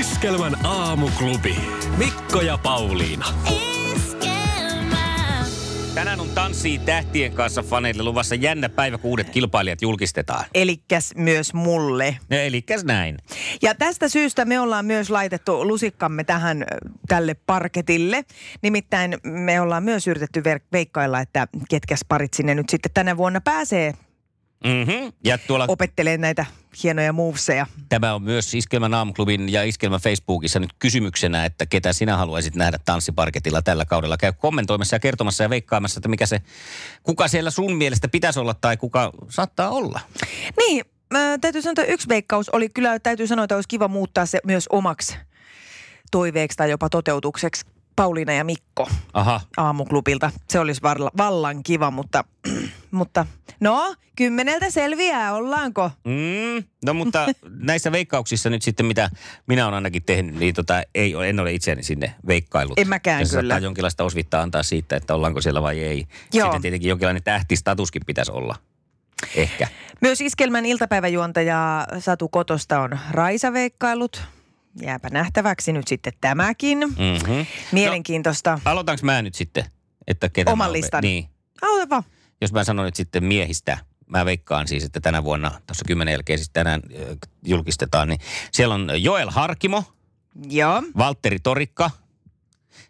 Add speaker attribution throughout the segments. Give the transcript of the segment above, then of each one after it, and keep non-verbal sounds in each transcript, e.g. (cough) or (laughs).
Speaker 1: Iskelmän aamuklubi. Mikko ja Pauliina.
Speaker 2: Tänään on Tanssii tähtien kanssa faneille luvassa jännä päivä, kun uudet kilpailijat julkistetaan.
Speaker 3: Elikkäs myös mulle.
Speaker 2: Elikäs näin.
Speaker 3: Ja tästä syystä me ollaan myös laitettu lusikkamme tähän ö, tälle parketille. Nimittäin me ollaan myös yritetty ver- veikkailla, että ketkäs parit sinne nyt sitten tänä vuonna pääsee
Speaker 2: Mm-hmm. Ja tuolla
Speaker 3: opettelemaan näitä hienoja moveseja.
Speaker 2: tämä on myös Iskelmän aamuklubin ja Iskelmän Facebookissa nyt kysymyksenä, että ketä sinä haluaisit nähdä tanssiparketilla tällä kaudella. Käy kommentoimassa ja kertomassa ja veikkaamassa, että mikä se, kuka siellä sun mielestä pitäisi olla tai kuka saattaa olla.
Speaker 3: Niin, mä täytyy sanoa, että yksi veikkaus oli kyllä, täytyy sanoa, että olisi kiva muuttaa se myös omaksi toiveeksi tai jopa toteutukseksi. Pauliina ja Mikko
Speaker 2: Aha.
Speaker 3: aamuklubilta. Se olisi varla, vallan kiva, mutta, (clears throat) mutta no, kymmeneltä selviää, ollaanko?
Speaker 2: Mm, no
Speaker 3: (laughs)
Speaker 2: mutta näissä veikkauksissa nyt sitten, mitä minä olen ainakin tehnyt, niin tota, ei, ole- en ole itseäni sinne veikkaillut.
Speaker 3: En mäkään
Speaker 2: ja se saattaa
Speaker 3: kyllä.
Speaker 2: jonkinlaista osvittaa antaa siitä, että ollaanko siellä vai ei.
Speaker 3: Joo.
Speaker 2: Sitten tietenkin jonkinlainen tähtistatuskin pitäisi olla. Ehkä.
Speaker 3: Myös Iskelmän iltapäiväjuontaja Satu Kotosta on Raisa veikkaillut. Jääpä nähtäväksi nyt sitten tämäkin.
Speaker 2: Mm-hmm.
Speaker 3: Mielenkiintoista.
Speaker 2: Aloitanko mä nyt sitten? Että ketä
Speaker 3: Oman
Speaker 2: mä oon ve-
Speaker 3: listan.
Speaker 2: Niin.
Speaker 3: Auta vaan.
Speaker 2: Jos mä sanon nyt sitten miehistä, mä veikkaan siis, että tänä vuonna, tuossa kymmenen jälkeen siis tänään ö, julkistetaan, niin siellä on Joel Harkimo,
Speaker 3: Joo.
Speaker 2: Valtteri Torikka.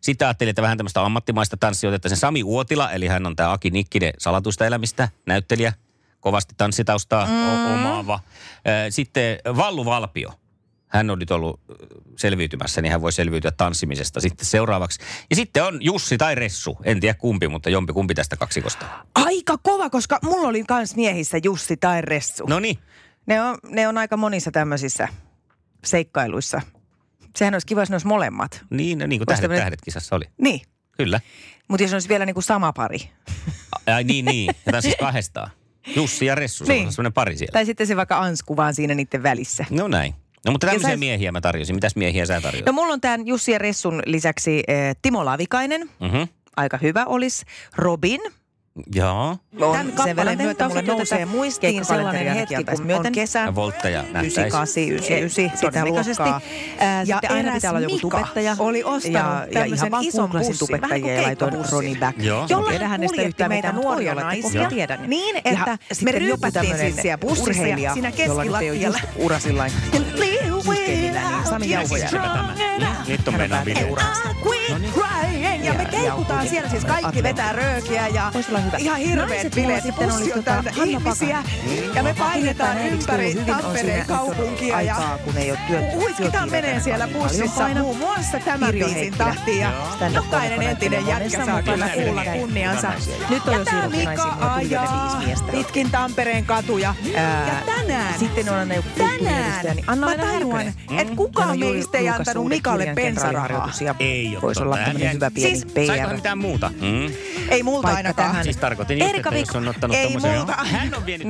Speaker 2: Sitä ajattelin, että vähän tämmöistä ammattimaista tanssijoitetta. Sen Sami Uotila, eli hän on tämä Aki Nikkinen salatuista elämistä, näyttelijä, kovasti tanssitaustaa mm. omaava. Ö, Sitten Vallu Valpio. Hän on nyt ollut ö, selviytymässä, niin hän voi selviytyä tanssimisesta sitten seuraavaksi. Ja sitten on Jussi tai Ressu, en tiedä kumpi, mutta jompi kumpi tästä kaksikosta.
Speaker 3: Aika kova, koska mulla oli kans miehissä Jussi tai Ressu.
Speaker 2: No niin,
Speaker 3: Ne on, ne on aika monissa tämmöisissä seikkailuissa. Sehän olisi kiva, jos ne olisi molemmat.
Speaker 2: niin, no niin kuin
Speaker 3: Vois
Speaker 2: tähdet,
Speaker 3: tämmönen-
Speaker 2: tähdet kisassa oli.
Speaker 3: Niin.
Speaker 2: Kyllä.
Speaker 3: Mutta jos ne olisi vielä niinku sama pari.
Speaker 2: Ai niin, niin. Ja tässä siis kahdestaan. Jussi ja Ressu, se
Speaker 3: Niin.
Speaker 2: on semmoinen pari siellä.
Speaker 3: Tai sitten se vaikka ansku vaan siinä niiden välissä.
Speaker 2: No näin. No mutta
Speaker 3: Ja
Speaker 2: tämmöisiä
Speaker 3: sais-
Speaker 2: miehiä mä tarjosin. Mitäs miehiä sä tarjosit?
Speaker 3: No mulla on tämän Jussi ja Ressun lisäksi eh, Timo Lavikainen.
Speaker 2: mm-hmm.
Speaker 3: Aika hyvä olisi. Robin.
Speaker 2: Joo.
Speaker 3: On
Speaker 4: Tämän kappaleen myötä mulla nousee muistiin sellainen hetki, kun
Speaker 3: myöten.
Speaker 4: on kesä.
Speaker 2: Ja voltteja näyttäisi.
Speaker 3: 98, 99,
Speaker 4: Sitä luokkaa.
Speaker 3: Ää,
Speaker 4: Ja
Speaker 3: ja sitten aina
Speaker 4: eräs
Speaker 3: pitää olla joku
Speaker 4: Mika
Speaker 3: tubettaja.
Speaker 4: oli ostanut
Speaker 3: ja, ja
Speaker 4: tämmöisen
Speaker 3: ihan vaan
Speaker 4: ison
Speaker 3: googlasin
Speaker 4: pussin, vähän
Speaker 3: tubettajia
Speaker 4: kuin
Speaker 3: ja laitoin
Speaker 4: keikkapussin.
Speaker 3: Ronnie Back.
Speaker 2: Joo.
Speaker 3: Jollain
Speaker 4: Tiedä hänestä
Speaker 3: kuljetti
Speaker 4: yhtään mitään, mutta voi olla, että
Speaker 3: naisia.
Speaker 4: kun tiedän.
Speaker 3: Niin,
Speaker 4: Ja
Speaker 3: että me
Speaker 4: sitten joku
Speaker 3: ryypättiin
Speaker 4: tämmöinen
Speaker 3: siis siellä bussissa ja
Speaker 4: urheilija,
Speaker 3: siinä
Speaker 4: jolla nyt ei ole
Speaker 3: keskilattialla.
Speaker 4: just urasillain
Speaker 3: Siis
Speaker 4: systeemillä, niin Sami Jauhojärvi.
Speaker 2: Nyt on meidän video.
Speaker 4: No niin.
Speaker 3: Ja me keikutaan siellä, siis kaikki vetää röökiä ja
Speaker 4: Voisi olla hyvä.
Speaker 3: ihan
Speaker 4: Naiset
Speaker 3: hirveet
Speaker 4: mulla
Speaker 3: bileet ja
Speaker 4: sitten
Speaker 3: pussi
Speaker 4: olisi
Speaker 3: on
Speaker 4: tota
Speaker 3: täynnä
Speaker 4: Hanna Niin,
Speaker 3: ihmisiä. Niin, Ja me painetaan ympäri Tampereen kaupunkia ja
Speaker 4: tuota Aikaa, kun ei ole työt,
Speaker 3: Huiskitaan menee siellä bussissa muun muassa tämän
Speaker 4: Pirjo
Speaker 3: biisin
Speaker 4: Heikkinen.
Speaker 3: tahtiin ja
Speaker 4: Stand up
Speaker 3: jokainen
Speaker 4: komikoneen
Speaker 3: entinen
Speaker 4: tekee
Speaker 3: jätkä saa
Speaker 4: monen saman
Speaker 3: kyllä
Speaker 4: biisin.
Speaker 3: kuulla
Speaker 4: Näin.
Speaker 3: kunniansa.
Speaker 4: Nyt on
Speaker 3: Ja
Speaker 4: jo
Speaker 3: tää
Speaker 4: siirrytty
Speaker 3: Mika
Speaker 4: naisiin, mulla tuli vielä
Speaker 3: ajaa
Speaker 4: viisi miestä. Niin.
Speaker 3: pitkin Tampereen katuja.
Speaker 4: Ää,
Speaker 3: Ja tänään,
Speaker 4: sitten on aina joku kulttuuriedustajia,
Speaker 3: tänään
Speaker 4: niin anna
Speaker 3: mä
Speaker 4: aina Mm.
Speaker 3: tajuan,
Speaker 4: Härkönen.
Speaker 3: että kukaan meistä ei antanut Mikalle pensarahaa.
Speaker 2: Ei oo
Speaker 4: Voisi
Speaker 2: totta.
Speaker 4: olla
Speaker 2: Hän
Speaker 4: tämmöinen
Speaker 2: jäi-
Speaker 4: hyvä pieni
Speaker 3: Siis-
Speaker 2: Saiko
Speaker 4: PR.
Speaker 2: mitään muuta? Mm.
Speaker 3: Ei multa
Speaker 4: Paikka
Speaker 3: ainakaan.
Speaker 4: tähän.
Speaker 2: Siis tarkoitin just,
Speaker 3: Erika
Speaker 2: että jos
Speaker 3: Vik-
Speaker 2: on ottanut
Speaker 3: ei
Speaker 2: tommosen.
Speaker 3: muuta. Mm.
Speaker 2: Hän on vienyt.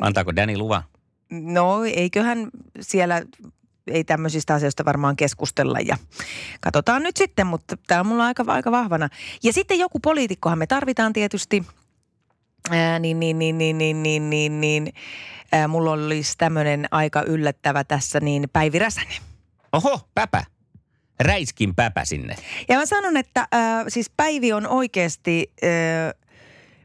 Speaker 2: Antaako Danny luvan?
Speaker 3: No, eiköhän siellä ei tämmöisistä asioista varmaan keskustella ja katsotaan nyt sitten, mutta tämä on mulla aika, aika vahvana. Ja sitten joku poliitikkohan me tarvitaan tietysti, ää, niin, niin, niin, niin, niin, niin, niin, niin. Ää, mulla olisi tämmöinen aika yllättävä tässä, niin Päivi Räsänen.
Speaker 2: Oho, päpä. Räiskin päpä sinne.
Speaker 3: Ja mä sanon, että äh, siis Päivi on oikeasti äh,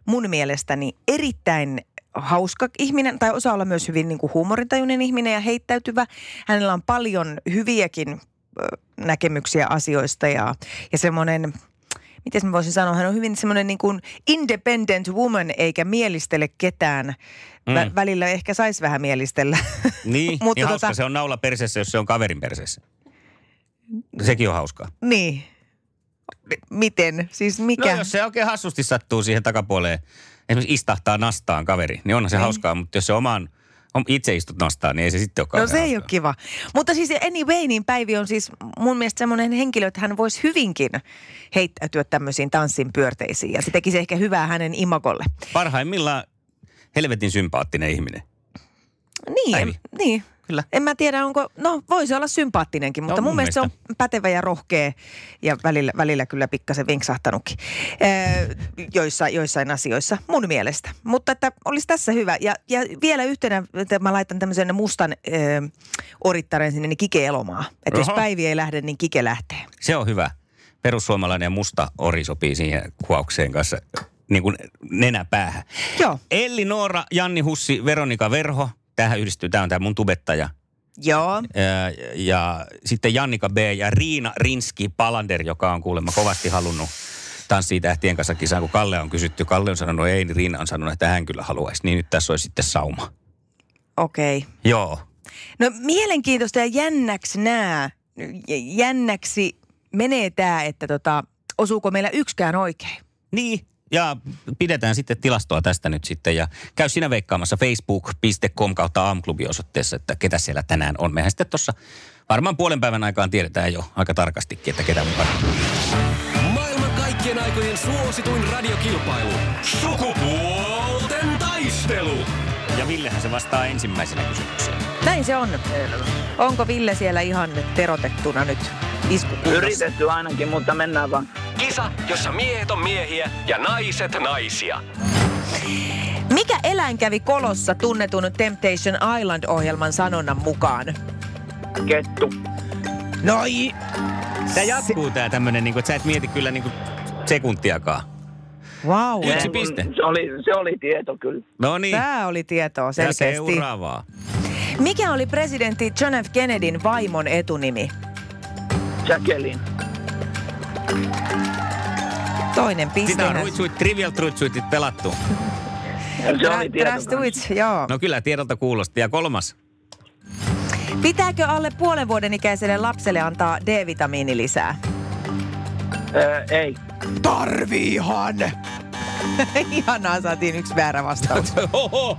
Speaker 3: mun mielestäni erittäin hauska ihminen, tai osaa olla myös hyvin niin kuin huumorintajuinen ihminen ja heittäytyvä. Hänellä on paljon hyviäkin äh, näkemyksiä asioista ja, ja semmoinen, miten mä voisin sanoa, hän on hyvin semmoinen niin kuin independent woman, eikä mielistele ketään. Vä-
Speaker 2: Mm.
Speaker 3: Välillä ehkä saisi vähän mielistellä. (laughs)
Speaker 2: Niin,
Speaker 3: Mutta
Speaker 2: niin hauska
Speaker 3: tota-
Speaker 2: se on naula persessä, jos se on kaverin persessä. Sekin on hauskaa.
Speaker 3: niin. Miten? Siis
Speaker 2: No
Speaker 3: mikä?
Speaker 2: jos se oikein hassusti
Speaker 3: Niin.
Speaker 2: sattuu siihen takapuoleen, esimerkiksi istahtaa nastaan kaveri, niin onhan se hauskaa, mutta jos se oman On- Itse istut nostaa, niin ei se sitten ole
Speaker 3: No se ei ole kiva. Mutta siis anyway, niin Päivi on siis mun mielestä semmoinen henkilö, että hän voisi hyvinkin heittäytyä tämmöisiin tanssin pyörteisiin. Ja se tekisi ehkä hyvää hänen imagolle.
Speaker 2: Parhaimmillaan helvetin sympaattinen ihminen.
Speaker 3: Niin,
Speaker 2: Päivi.
Speaker 3: niin.
Speaker 2: Kyllä.
Speaker 3: En mä tiedä, onko, no voisi olla sympaattinenkin, mutta
Speaker 2: No,
Speaker 3: no,
Speaker 2: mun
Speaker 3: mun mielestä, se on pätevä ja rohkea ja välillä, välillä kyllä pikkasen vinksahtanutkin öö, joissain, joissain asioissa mun mielestä. Mutta että olisi tässä hyvä. Ja, ja vielä yhtenä, että mä laitan tämmöisen mustan öö, orittaren sinne, niin Kike Elomaa. Että jos
Speaker 2: Oho.
Speaker 3: Päivi ei lähde, niin Kike lähtee.
Speaker 2: Se on hyvä. Perussuomalainen ja musta ori sopii siihen kuvaukseen kanssa niin kuin nenäpäähän.
Speaker 3: Joo.
Speaker 2: Elli Noora, Janni Hussi, Veronika Verho. Tähän yhdistyy, tämä on tämä mun tubettaja.
Speaker 3: Joo.
Speaker 2: Ää, Äh, ja sitten Jannika B. ja Riina Rinski Palander, joka on kuulemma kovasti halunnut tanssii tähtien kanssa kisaan, kun Kalle on kysytty. Kalle on sanonut ei, niin Riina on sanonut, että hän kyllä haluaisi. Niin nyt tässä olisi sitten sauma.
Speaker 3: Okei. Okay.
Speaker 2: Joo.
Speaker 3: No mielenkiintoista ja jännäksi nää, j- jännäksi menee tämä, että tota, osuuko meillä yksikään oikein.
Speaker 2: Niin, ja pidetään sitten tilastoa tästä nyt sitten. Ja käy sinä veikkaamassa facebook.com kautta aamuklubi osoitteessa, että ketä siellä tänään on. Mehän sitten tuossa varmaan puolen päivän aikaan tiedetään jo aika tarkastikin, että ketä mukana.
Speaker 1: Maailman kaikkien aikojen suosituin radiokilpailu. Sukupuolten taistelu.
Speaker 2: Ja Villehän se vastaa ensimmäisenä kysymykseen.
Speaker 3: Näin se on. Onko Ville siellä ihan terotettuna nyt iskukunnossa?
Speaker 5: Yritetty ainakin, mutta mennään vaan.
Speaker 1: Kisa, jossa miehet on miehiä ja naiset naisia.
Speaker 3: Mikä eläin kävi kolossa tunnetun Temptation Island-ohjelman sanonnan mukaan?
Speaker 5: Kettu.
Speaker 2: No
Speaker 3: Noi!
Speaker 2: Tämä jatkuu tämä tämmöinen, niin että sä et mieti kyllä niin kuin sekuntiakaan.
Speaker 3: Wow.
Speaker 2: Yksi
Speaker 5: Ei, kun
Speaker 2: piste.
Speaker 5: Se oli, se oli tieto kyllä.
Speaker 2: No niin,
Speaker 3: Tämä oli tietoa
Speaker 2: ja
Speaker 3: selkeästi.
Speaker 2: seuraavaa.
Speaker 3: Mikä oli presidentti John F. Kennedyn vaimon etunimi?
Speaker 5: Jacqueline.
Speaker 3: Toinen
Speaker 2: Sitä on
Speaker 3: pistehän.
Speaker 2: ruitsuit, trivial truitsuitit pelattu.
Speaker 5: Se oli tieto. kanssa.
Speaker 3: Trastuits, joo.
Speaker 2: No kyllä tiedolta kuulosti. Ja kolmas.
Speaker 3: Pitääkö alle puolen vuoden ikäiselle lapselle antaa D-vitamiini lisää? (laughs)
Speaker 5: Öö, ei.
Speaker 1: Tarviihan!
Speaker 3: Ihanaa, saatiin yksi väärä vastaus.
Speaker 2: Oho.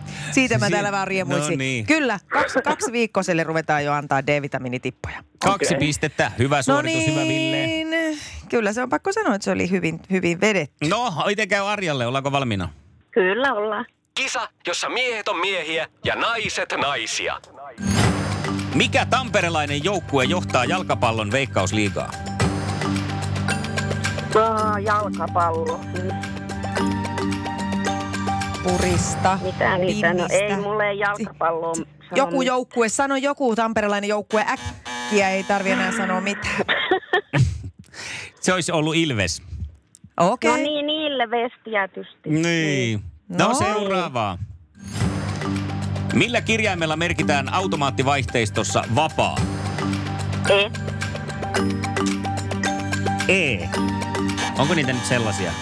Speaker 2: (laughs)
Speaker 3: Siitä mä
Speaker 2: Si-
Speaker 3: täällä vaan riemuisin.
Speaker 2: No niin.
Speaker 3: Kyllä, kaksi, kaksi viikkoiselle ruvetaan jo antaa D-vitamiinitippoja. No
Speaker 2: Kaksi
Speaker 5: Okei.
Speaker 2: pistettä. Hyvä suoritus, hyvä
Speaker 3: niin.
Speaker 2: Ville.
Speaker 3: kyllä se on pakko sanoa, että se oli hyvin, hyvin vedetty.
Speaker 2: No, miten käy Arjalle? Ollaanko valmiina?
Speaker 6: Kyllä ollaan.
Speaker 1: Kisa, jossa miehet on miehiä ja naiset naisia.
Speaker 2: Mikä tamperelainen joukkue johtaa jalkapallon veikkausliigaa?
Speaker 6: Aa, jalkapallo.
Speaker 3: Purista,
Speaker 6: Mitä niitä? No ei
Speaker 3: pinnistä.
Speaker 6: mulle ei jalkapalloon. sano
Speaker 3: Joku
Speaker 6: mit-
Speaker 3: joukkue, sano joku tamperelainen joukkue äkkiä, ei tarvi enää sanoa mitään.
Speaker 2: Se olisi ollut Ilves.
Speaker 3: Okei.
Speaker 6: No niin, niille vestiä tietysti.
Speaker 2: Niin. No,
Speaker 3: No.
Speaker 2: seuraavaa. Millä kirjaimella merkitään automaattivaihteistossa vapaa?
Speaker 6: Ei.
Speaker 2: E. Onko niitä nyt sellaisia?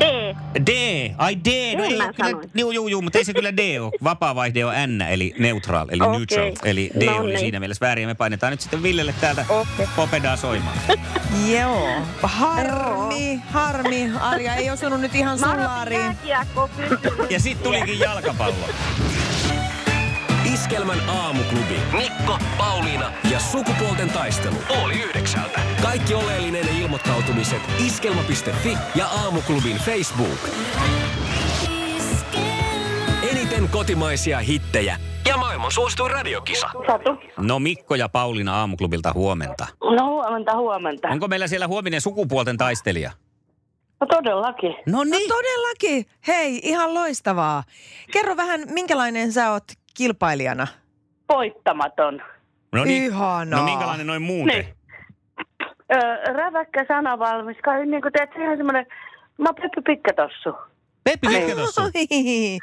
Speaker 6: D.
Speaker 2: D. Ai D. No
Speaker 6: Niin
Speaker 2: ei
Speaker 6: mä
Speaker 2: ole kyllä,
Speaker 6: sanoin.
Speaker 2: juu, juu, juu, mutta ei se kyllä D ole. Vapaavaihde on N, eli neutral, eli
Speaker 6: Okei.
Speaker 2: neutral. Eli D
Speaker 6: No
Speaker 2: oli
Speaker 6: niin.
Speaker 2: siinä mielessä väärin. Ja me painetaan nyt sitten Villelle täältä
Speaker 3: Okei.
Speaker 2: popedaa soimaan.
Speaker 3: Joo. Harmi, harmi. Arja ei osunut nyt ihan
Speaker 6: Mä
Speaker 3: sun
Speaker 6: arvasin
Speaker 3: laariin.
Speaker 6: jääkiekko kysymys.
Speaker 2: Ja sitten tulikin jalkapallo.
Speaker 1: Iskelmän aamuklubi. Mikko, Pauliina ja sukupuolten taistelu. Oli yhdeksältä. Kaikki oleellinen ilmoittautumiset iskelma.fi ja aamuklubin Facebook. Eniten kotimaisia hittejä ja maailman suosituin radiokisa.
Speaker 6: Satu.
Speaker 2: No Mikko ja Pauliina aamuklubilta huomenta.
Speaker 6: No huomenta, huomenta.
Speaker 2: Onko meillä siellä huominen sukupuolten taistelija?
Speaker 6: No todellakin.
Speaker 2: No
Speaker 3: No todellakin. Hei, ihan loistavaa. Kerro vähän, minkälainen sä oot kilpailijana?
Speaker 6: Voittamaton.
Speaker 2: No niin.
Speaker 3: Ihanaa.
Speaker 2: No minkälainen noin muuten?
Speaker 6: Niin. Öö, räväkkä sanavalmis. Kai niin kuin teet ihan semmoinen... Mä oon Peppi Pikkatossu.
Speaker 2: Peppi, mitkä tossa on?
Speaker 3: Oi.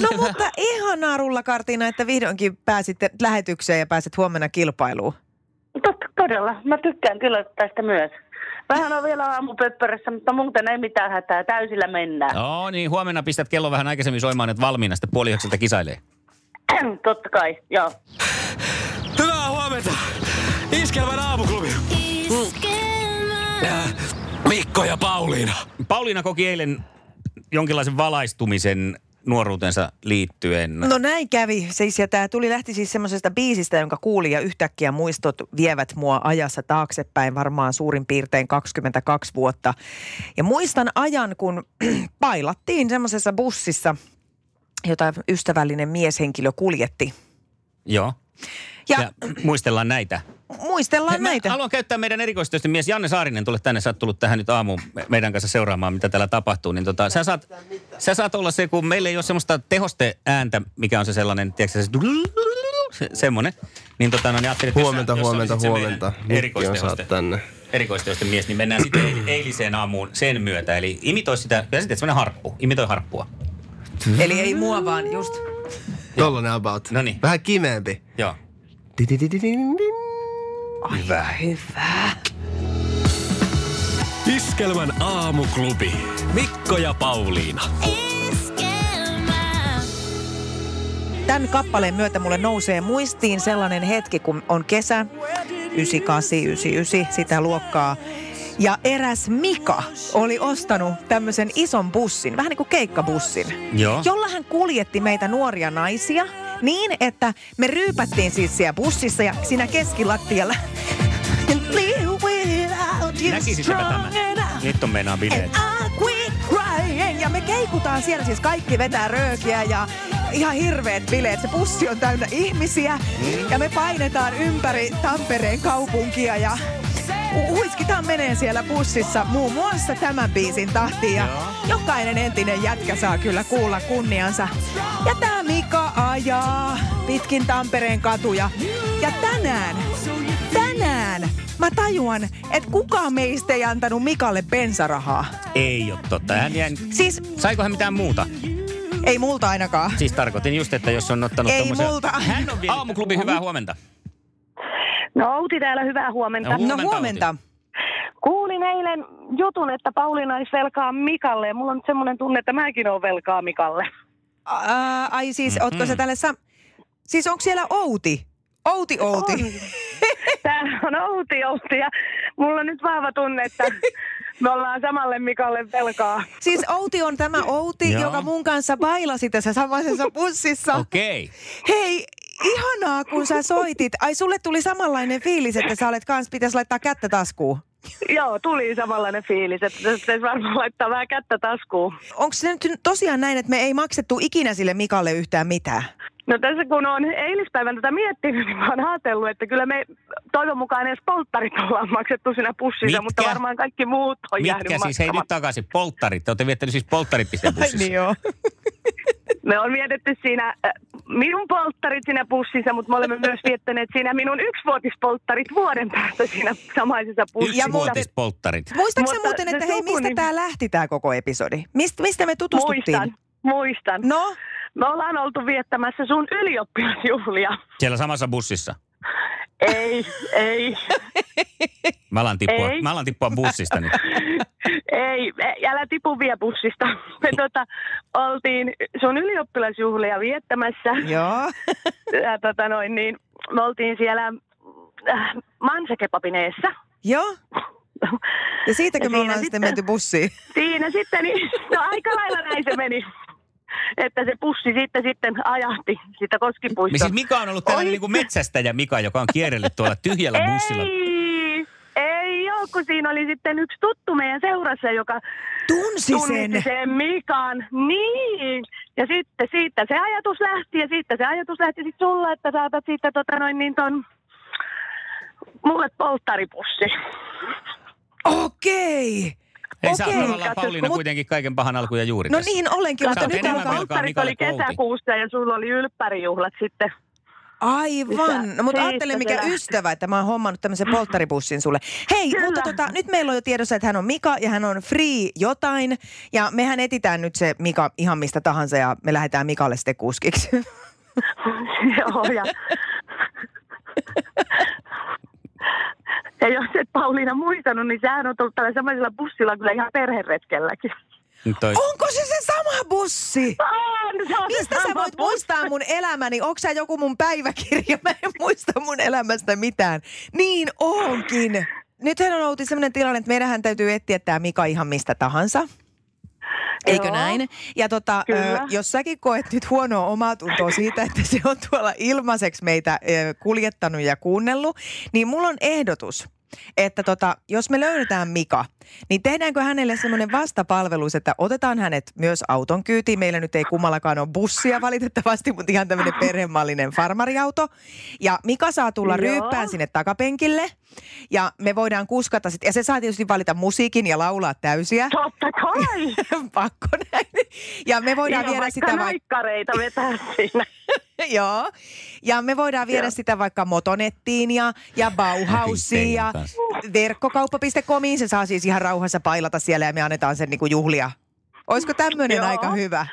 Speaker 3: No mutta ihanaa rullakartina, että vihdoinkin pääsit lähetykseen ja pääset huomenna kilpailuun.
Speaker 6: Totta, todella. Mä tykkään kyllä tästä myös. Vähän on vielä aamupöppörässä, mutta muuten ei mitään hätää. Täysillä mennään.
Speaker 2: Joo, niin huomenna pistät kello vähän aikaisemmin soimaan, että valmiina sitten puoli yhdeksältä kisailee.
Speaker 6: Totta kai, joo.
Speaker 1: Hyvää huomenta. Iskelmän aamuklubi. Äh, Mikko ja Pauliina.
Speaker 2: Pauliina koki eilen jonkinlaisen valaistumisen nuoruutensa liittyen.
Speaker 3: No näin kävi. Siis, ja tämä tuli, lähti siis semmoisesta biisistä, jonka kuuli ja yhtäkkiä muistot vievät mua ajassa taaksepäin varmaan suurin piirtein 22 vuotta. Ja muistan ajan, kun (clears throat) pailattiin semmoisessa bussissa, jota ystävällinen mieshenkilö kuljetti.
Speaker 2: Joo. Ja,
Speaker 3: Ja-
Speaker 2: ja muistellaan näitä.
Speaker 3: Muistellaan
Speaker 2: Mä
Speaker 3: näitä.
Speaker 2: haluan käyttää meidän erikoistyösten mies Janne Saarinen. Tule tänne, sä oot tullut tähän nyt aamuun me- meidän kanssa seuraamaan, mitä täällä tapahtuu. Niin tota, sä, saat, sä saat olla se, kun meillä ei ole semmoista tehosteääntä, mikä on se sellainen, tiedätkö sä, se, se semmoinen. Niin tota, no, niin ajattelin, että jos sä-
Speaker 7: Huomenta,
Speaker 2: jos sä
Speaker 7: huomenta,
Speaker 2: olisit se meidän
Speaker 7: huomenta. Mikki on saat
Speaker 2: Erikoistehoste,
Speaker 7: tänne.
Speaker 2: erikoistehosten mies, niin mennään sitten eil- eiliseen aamuun sen myötä. Eli imitoi sitä, ja sitten semmoinen harppu, imitoi harppua.
Speaker 3: Eli ei mua vaan just.
Speaker 7: Tollanen about.
Speaker 2: Noniin.
Speaker 7: Vähän kimeempi.
Speaker 2: Joo.
Speaker 7: Didididididin.
Speaker 2: Hyvä.
Speaker 1: Iskelmän aamuklubi. Mikko ja Pauliina.
Speaker 3: Tämän kappaleen myötä mulle nousee muistiin sellainen hetki, kun on kesä 98, 99, sitä luokkaa. Ja eräs Mika oli ostanut tämmöisen ison bussin, vähän niin kuin keikkabussin,
Speaker 2: Joo.
Speaker 3: jolla hän kuljetti meitä nuoria naisia niin, että me ryypättiin siis siellä bussissa ja siinä keskilattialla. (laughs)
Speaker 2: Näkisitpä tämän. Nyt on meinaa bileet.
Speaker 3: And I quit crying. Ja me keikutaan siellä, siis kaikki vetää röökiä ja ihan hirveet bileet. Se pussi on täynnä ihmisiä ja me painetaan ympäri Tampereen kaupunkia ja hu- huiskitaan menee siellä bussissa muun muassa tämän biisin tahtiin ja jokainen entinen jätkä saa kyllä kuulla kunniansa. Ja tää Mika ajaa pitkin Tampereen katuja ja tänään tänään mä tajuan, että kukaan meistä ei antanut Mikalle bensarahaa.
Speaker 2: Ei ole totta. Hän jäi...
Speaker 3: Siis
Speaker 2: Saiko hän mitään muuta?
Speaker 3: ei multa ainakaan.
Speaker 2: Siis tarkoitin just, että jos on ottanut
Speaker 3: Ei
Speaker 2: tommosia...
Speaker 3: multa.
Speaker 2: Hän on vielä... Aamuklubi, hyvää huomenta.
Speaker 8: No Outi täällä, hyvää huomenta.
Speaker 2: No,
Speaker 3: No huomenta.
Speaker 8: Kuulin eilen jutun, että Pauliina olisi velkaa Mikalle. Ja mulla on nyt semmoinen tunne, että mäkin olen velkaa
Speaker 2: (laughs)
Speaker 8: Mikalle.
Speaker 3: Ää, ai siis,
Speaker 2: Mm-hmm.
Speaker 3: ootko sä tälle sam... Siis onko siellä Outi? Outi Outi.
Speaker 8: Täällä on Outi Outi ja mulla on nyt vahva tunne, että me ollaan samalle Mikalle velkaa.
Speaker 3: Siis Outi on tämä Outi,
Speaker 2: Joo.
Speaker 3: joka mun kanssa bailasi tässä
Speaker 2: (laughs)
Speaker 3: samaisessa bussissa.
Speaker 2: Okei.
Speaker 3: Hei, ihanaa kun sä soitit. Ai sulle tuli samanlainen fiilis, että sä olet kans, pitäisi laittaa kättä taskuun.
Speaker 8: Joo, tuli samanlainen fiilis, että pitäisi varmaan laittaa vähän kättä taskuun.
Speaker 3: Onko se nyt tosiaan näin, että me ei maksettu ikinä sille Mikalle yhtään mitään?
Speaker 8: No tässä kun on eilispäivän tätä miettinyt, niin mä oon ajatellut, että kyllä me toivon mukaan edes polttarit ollaan maksettu siinä pussissa,
Speaker 2: Mitkä?
Speaker 8: mutta varmaan kaikki muut on jäänyt
Speaker 2: Mitkä siis? Hei nyt
Speaker 8: maksamatta.
Speaker 2: takaisin. Polttarit. Te olette viettänyt siis polttarit.bussissa.
Speaker 3: Ai niin joo.
Speaker 8: Me on vietetty siinä äh, minun polttarit siinä pussissa, mutta me olemme myös viettäneet siinä minun yksivuotispolttarit vuoden päästä siinä samaisessa pussissa.
Speaker 2: Yksivuotispolttarit.
Speaker 3: Muistaaksä
Speaker 8: Mutta
Speaker 3: muuten,
Speaker 8: se
Speaker 3: että hei,
Speaker 8: sukunimi-
Speaker 3: mistä tämä lähti tämä koko episodi? Mist, mistä me tutustuttiin?
Speaker 8: Muistan, muistan. No.
Speaker 3: No,
Speaker 8: Me ollaan oltu viettämässä sun ylioppilasjuhlia.
Speaker 2: Siellä samassa bussissa.
Speaker 8: Ei, ei,
Speaker 2: Mä alan tippua,
Speaker 8: Ei.
Speaker 2: mä alan tippua bussista
Speaker 3: (laughs)
Speaker 2: nyt.
Speaker 8: ei, ei, älä tipu vie bussista. Me tota, oltiin sun ylioppilasjuhlia viettämässä.
Speaker 3: joo.
Speaker 8: Ja, tota noin, niin, me oltiin siellä äh, Mansekepapineessa.
Speaker 3: Joo. Ja siitäkö
Speaker 8: Ja
Speaker 3: me
Speaker 8: siinä
Speaker 3: ollaan sitten
Speaker 8: sitten-
Speaker 3: menty bussiin?
Speaker 8: Siinä sitten, niin, no aika lailla näin se meni. Että se pussi sitten, sitten ajahti sitä
Speaker 2: Niin
Speaker 8: koskipuistoa.
Speaker 2: siis Mika on ollut tällainen niin kuin metsästäjä Mika, joka on kierrellyt tuolla tyhjällä bussilla.
Speaker 8: ei, ei ole, kun siinä oli sitten yksi tuttu meidän seurassa, joka
Speaker 3: Tunsi
Speaker 8: tunnisti
Speaker 3: sen.
Speaker 8: sen Mikan. Niin, ja sitten siitä se ajatus lähti, ja siitä se ajatus lähti sitten sulla, että saatat siitä tota noin niin ton mulle polttaripussi.
Speaker 3: Okei.
Speaker 2: Ei saa
Speaker 3: Okei.
Speaker 2: tavallaan Pauliina
Speaker 3: Mut-
Speaker 2: kuitenkin kaiken pahan alku ja juuri
Speaker 3: No
Speaker 2: tässä.
Speaker 3: niin, olenkin,
Speaker 2: Sä
Speaker 3: mutta
Speaker 2: oot
Speaker 3: nyt
Speaker 2: enemmän
Speaker 3: alkaa...
Speaker 2: velkaa.
Speaker 8: Polttarit
Speaker 2: Mikalle
Speaker 8: oli
Speaker 2: Kouti.
Speaker 8: kesäkuussa ja sulla oli ylppärijuhlat sitten.
Speaker 3: Aivan.
Speaker 8: Siitä-
Speaker 3: No, mutta
Speaker 8: siitä
Speaker 3: ajattele,
Speaker 8: se
Speaker 3: mikä
Speaker 8: lähti.
Speaker 3: ystävä, että mä oon hommannut tämmöisen polttaripussin sulle. Hei,
Speaker 8: Kyllä.
Speaker 3: mutta tota, nyt meillä on jo tiedossa, että hän on Mika ja hän on free jotain. Ja mehän etitään nyt se Mika ihan mistä tahansa ja me lähdetään Mikalle sitten kuskiksi.
Speaker 8: (laughs) Joo, ja... Ja jos et Pauliina muistanut, niin sehän on ollut tällä samaisella bussilla kyllä ihan perheretkelläkin.
Speaker 2: Nyt toi-
Speaker 3: Onko se se sama bussi? no
Speaker 8: On, se on se
Speaker 3: Mistä sä
Speaker 8: sama
Speaker 3: voit
Speaker 8: bussi.
Speaker 3: muistaa mun elämäni? Onko sä joku mun päiväkirja? Mä en muista mun elämästä mitään. Niin onkin. Nythän on ollut sellainen tilanne, että meidänhän täytyy etsiä tämä Mika ihan mistä tahansa. Eikö
Speaker 8: Joo.
Speaker 3: näin? Ja tota, ö,
Speaker 8: Kyllä.
Speaker 3: jos säkin koet nyt huonoa omaa tuntoa siitä, että se on tuolla ilmaiseksi meitä ö, kuljettanut ja kuunnellut, niin mulla on ehdotus, että tota, jos me löydetään Mika, niin tehdäänkö hänelle semmoinen vastapalvelus, että otetaan hänet myös auton kyytiin. Meillä nyt ei kummallakaan ole bussia valitettavasti, mutta ihan tämmöinen perhemallinen farmariauto. Ja Mika saa tulla
Speaker 8: Joo.
Speaker 3: ryyppään sinne takapenkille ja me voidaan kuskata sitten. Ja se saa tietysti valita musiikin ja laulaa täysiä.
Speaker 8: Totta kai.
Speaker 3: (laughs) Pakko näin. Ja me voidaan
Speaker 8: Ihan
Speaker 3: viedä
Speaker 8: vaikka
Speaker 3: sitä vaikka...
Speaker 8: naikkareita vetää siinä.
Speaker 3: (laughs) Joo. Ja me voidaan viedä sitä vaikka Motonettiin ja, ja Bauhausiin ja
Speaker 2: kanssa.
Speaker 3: verkkokauppa.comiin. Se saa siis ihan rauhassa pailata siellä ja me annetaan sen niinku juhlia. Olisiko tämmöinen
Speaker 8: Joo.
Speaker 3: aika hyvä?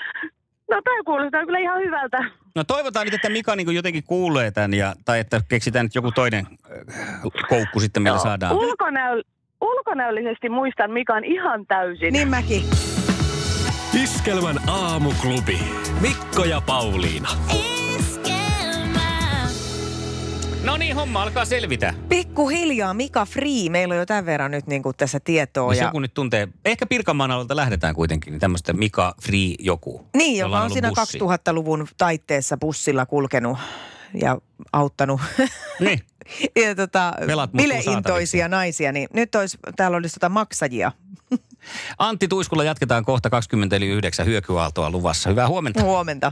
Speaker 8: No tämä kuulostaa kyllä ihan hyvältä.
Speaker 2: No toivotaan nyt, että Mika niin jotenkin kuulee tämän, ja, tai että keksitään nyt joku toinen äh, koukku sitten, millä saadaan.
Speaker 8: Ulkonäöl- ulkonäöllisesti muistan Mikan ihan täysin.
Speaker 3: Niin mäkin.
Speaker 1: Iskelmän aamuklubi. Mikko ja Pauliina.
Speaker 2: No niin, homma alkaa selvitä.
Speaker 3: Pikkuhiljaa Mika Free. Meillä on jo tämän verran nyt niinku tässä tietoa.
Speaker 2: Jos
Speaker 3: Ja...
Speaker 2: joku Niin nyt tuntee, ehkä Pirkanmaan alalta lähdetään kuitenkin, niin tämmöistä Mika Free joku.
Speaker 3: Niin,
Speaker 2: jolla
Speaker 3: joka on
Speaker 2: ollut
Speaker 3: siinä
Speaker 2: bussi.
Speaker 3: 2000-luvun taitteessa bussilla kulkenut ja auttanut (laughs)
Speaker 2: Niin,
Speaker 3: ja tota,
Speaker 2: Velat muuttuu
Speaker 3: bileintoisia naisia, niin nyt olisi, täällä olisi tota maksajia.
Speaker 2: Antti Tuiskulla jatketaan kohta 20 eli 9 hyökyaaltoa luvassa. Hyvää huomenta.
Speaker 3: Huomenta.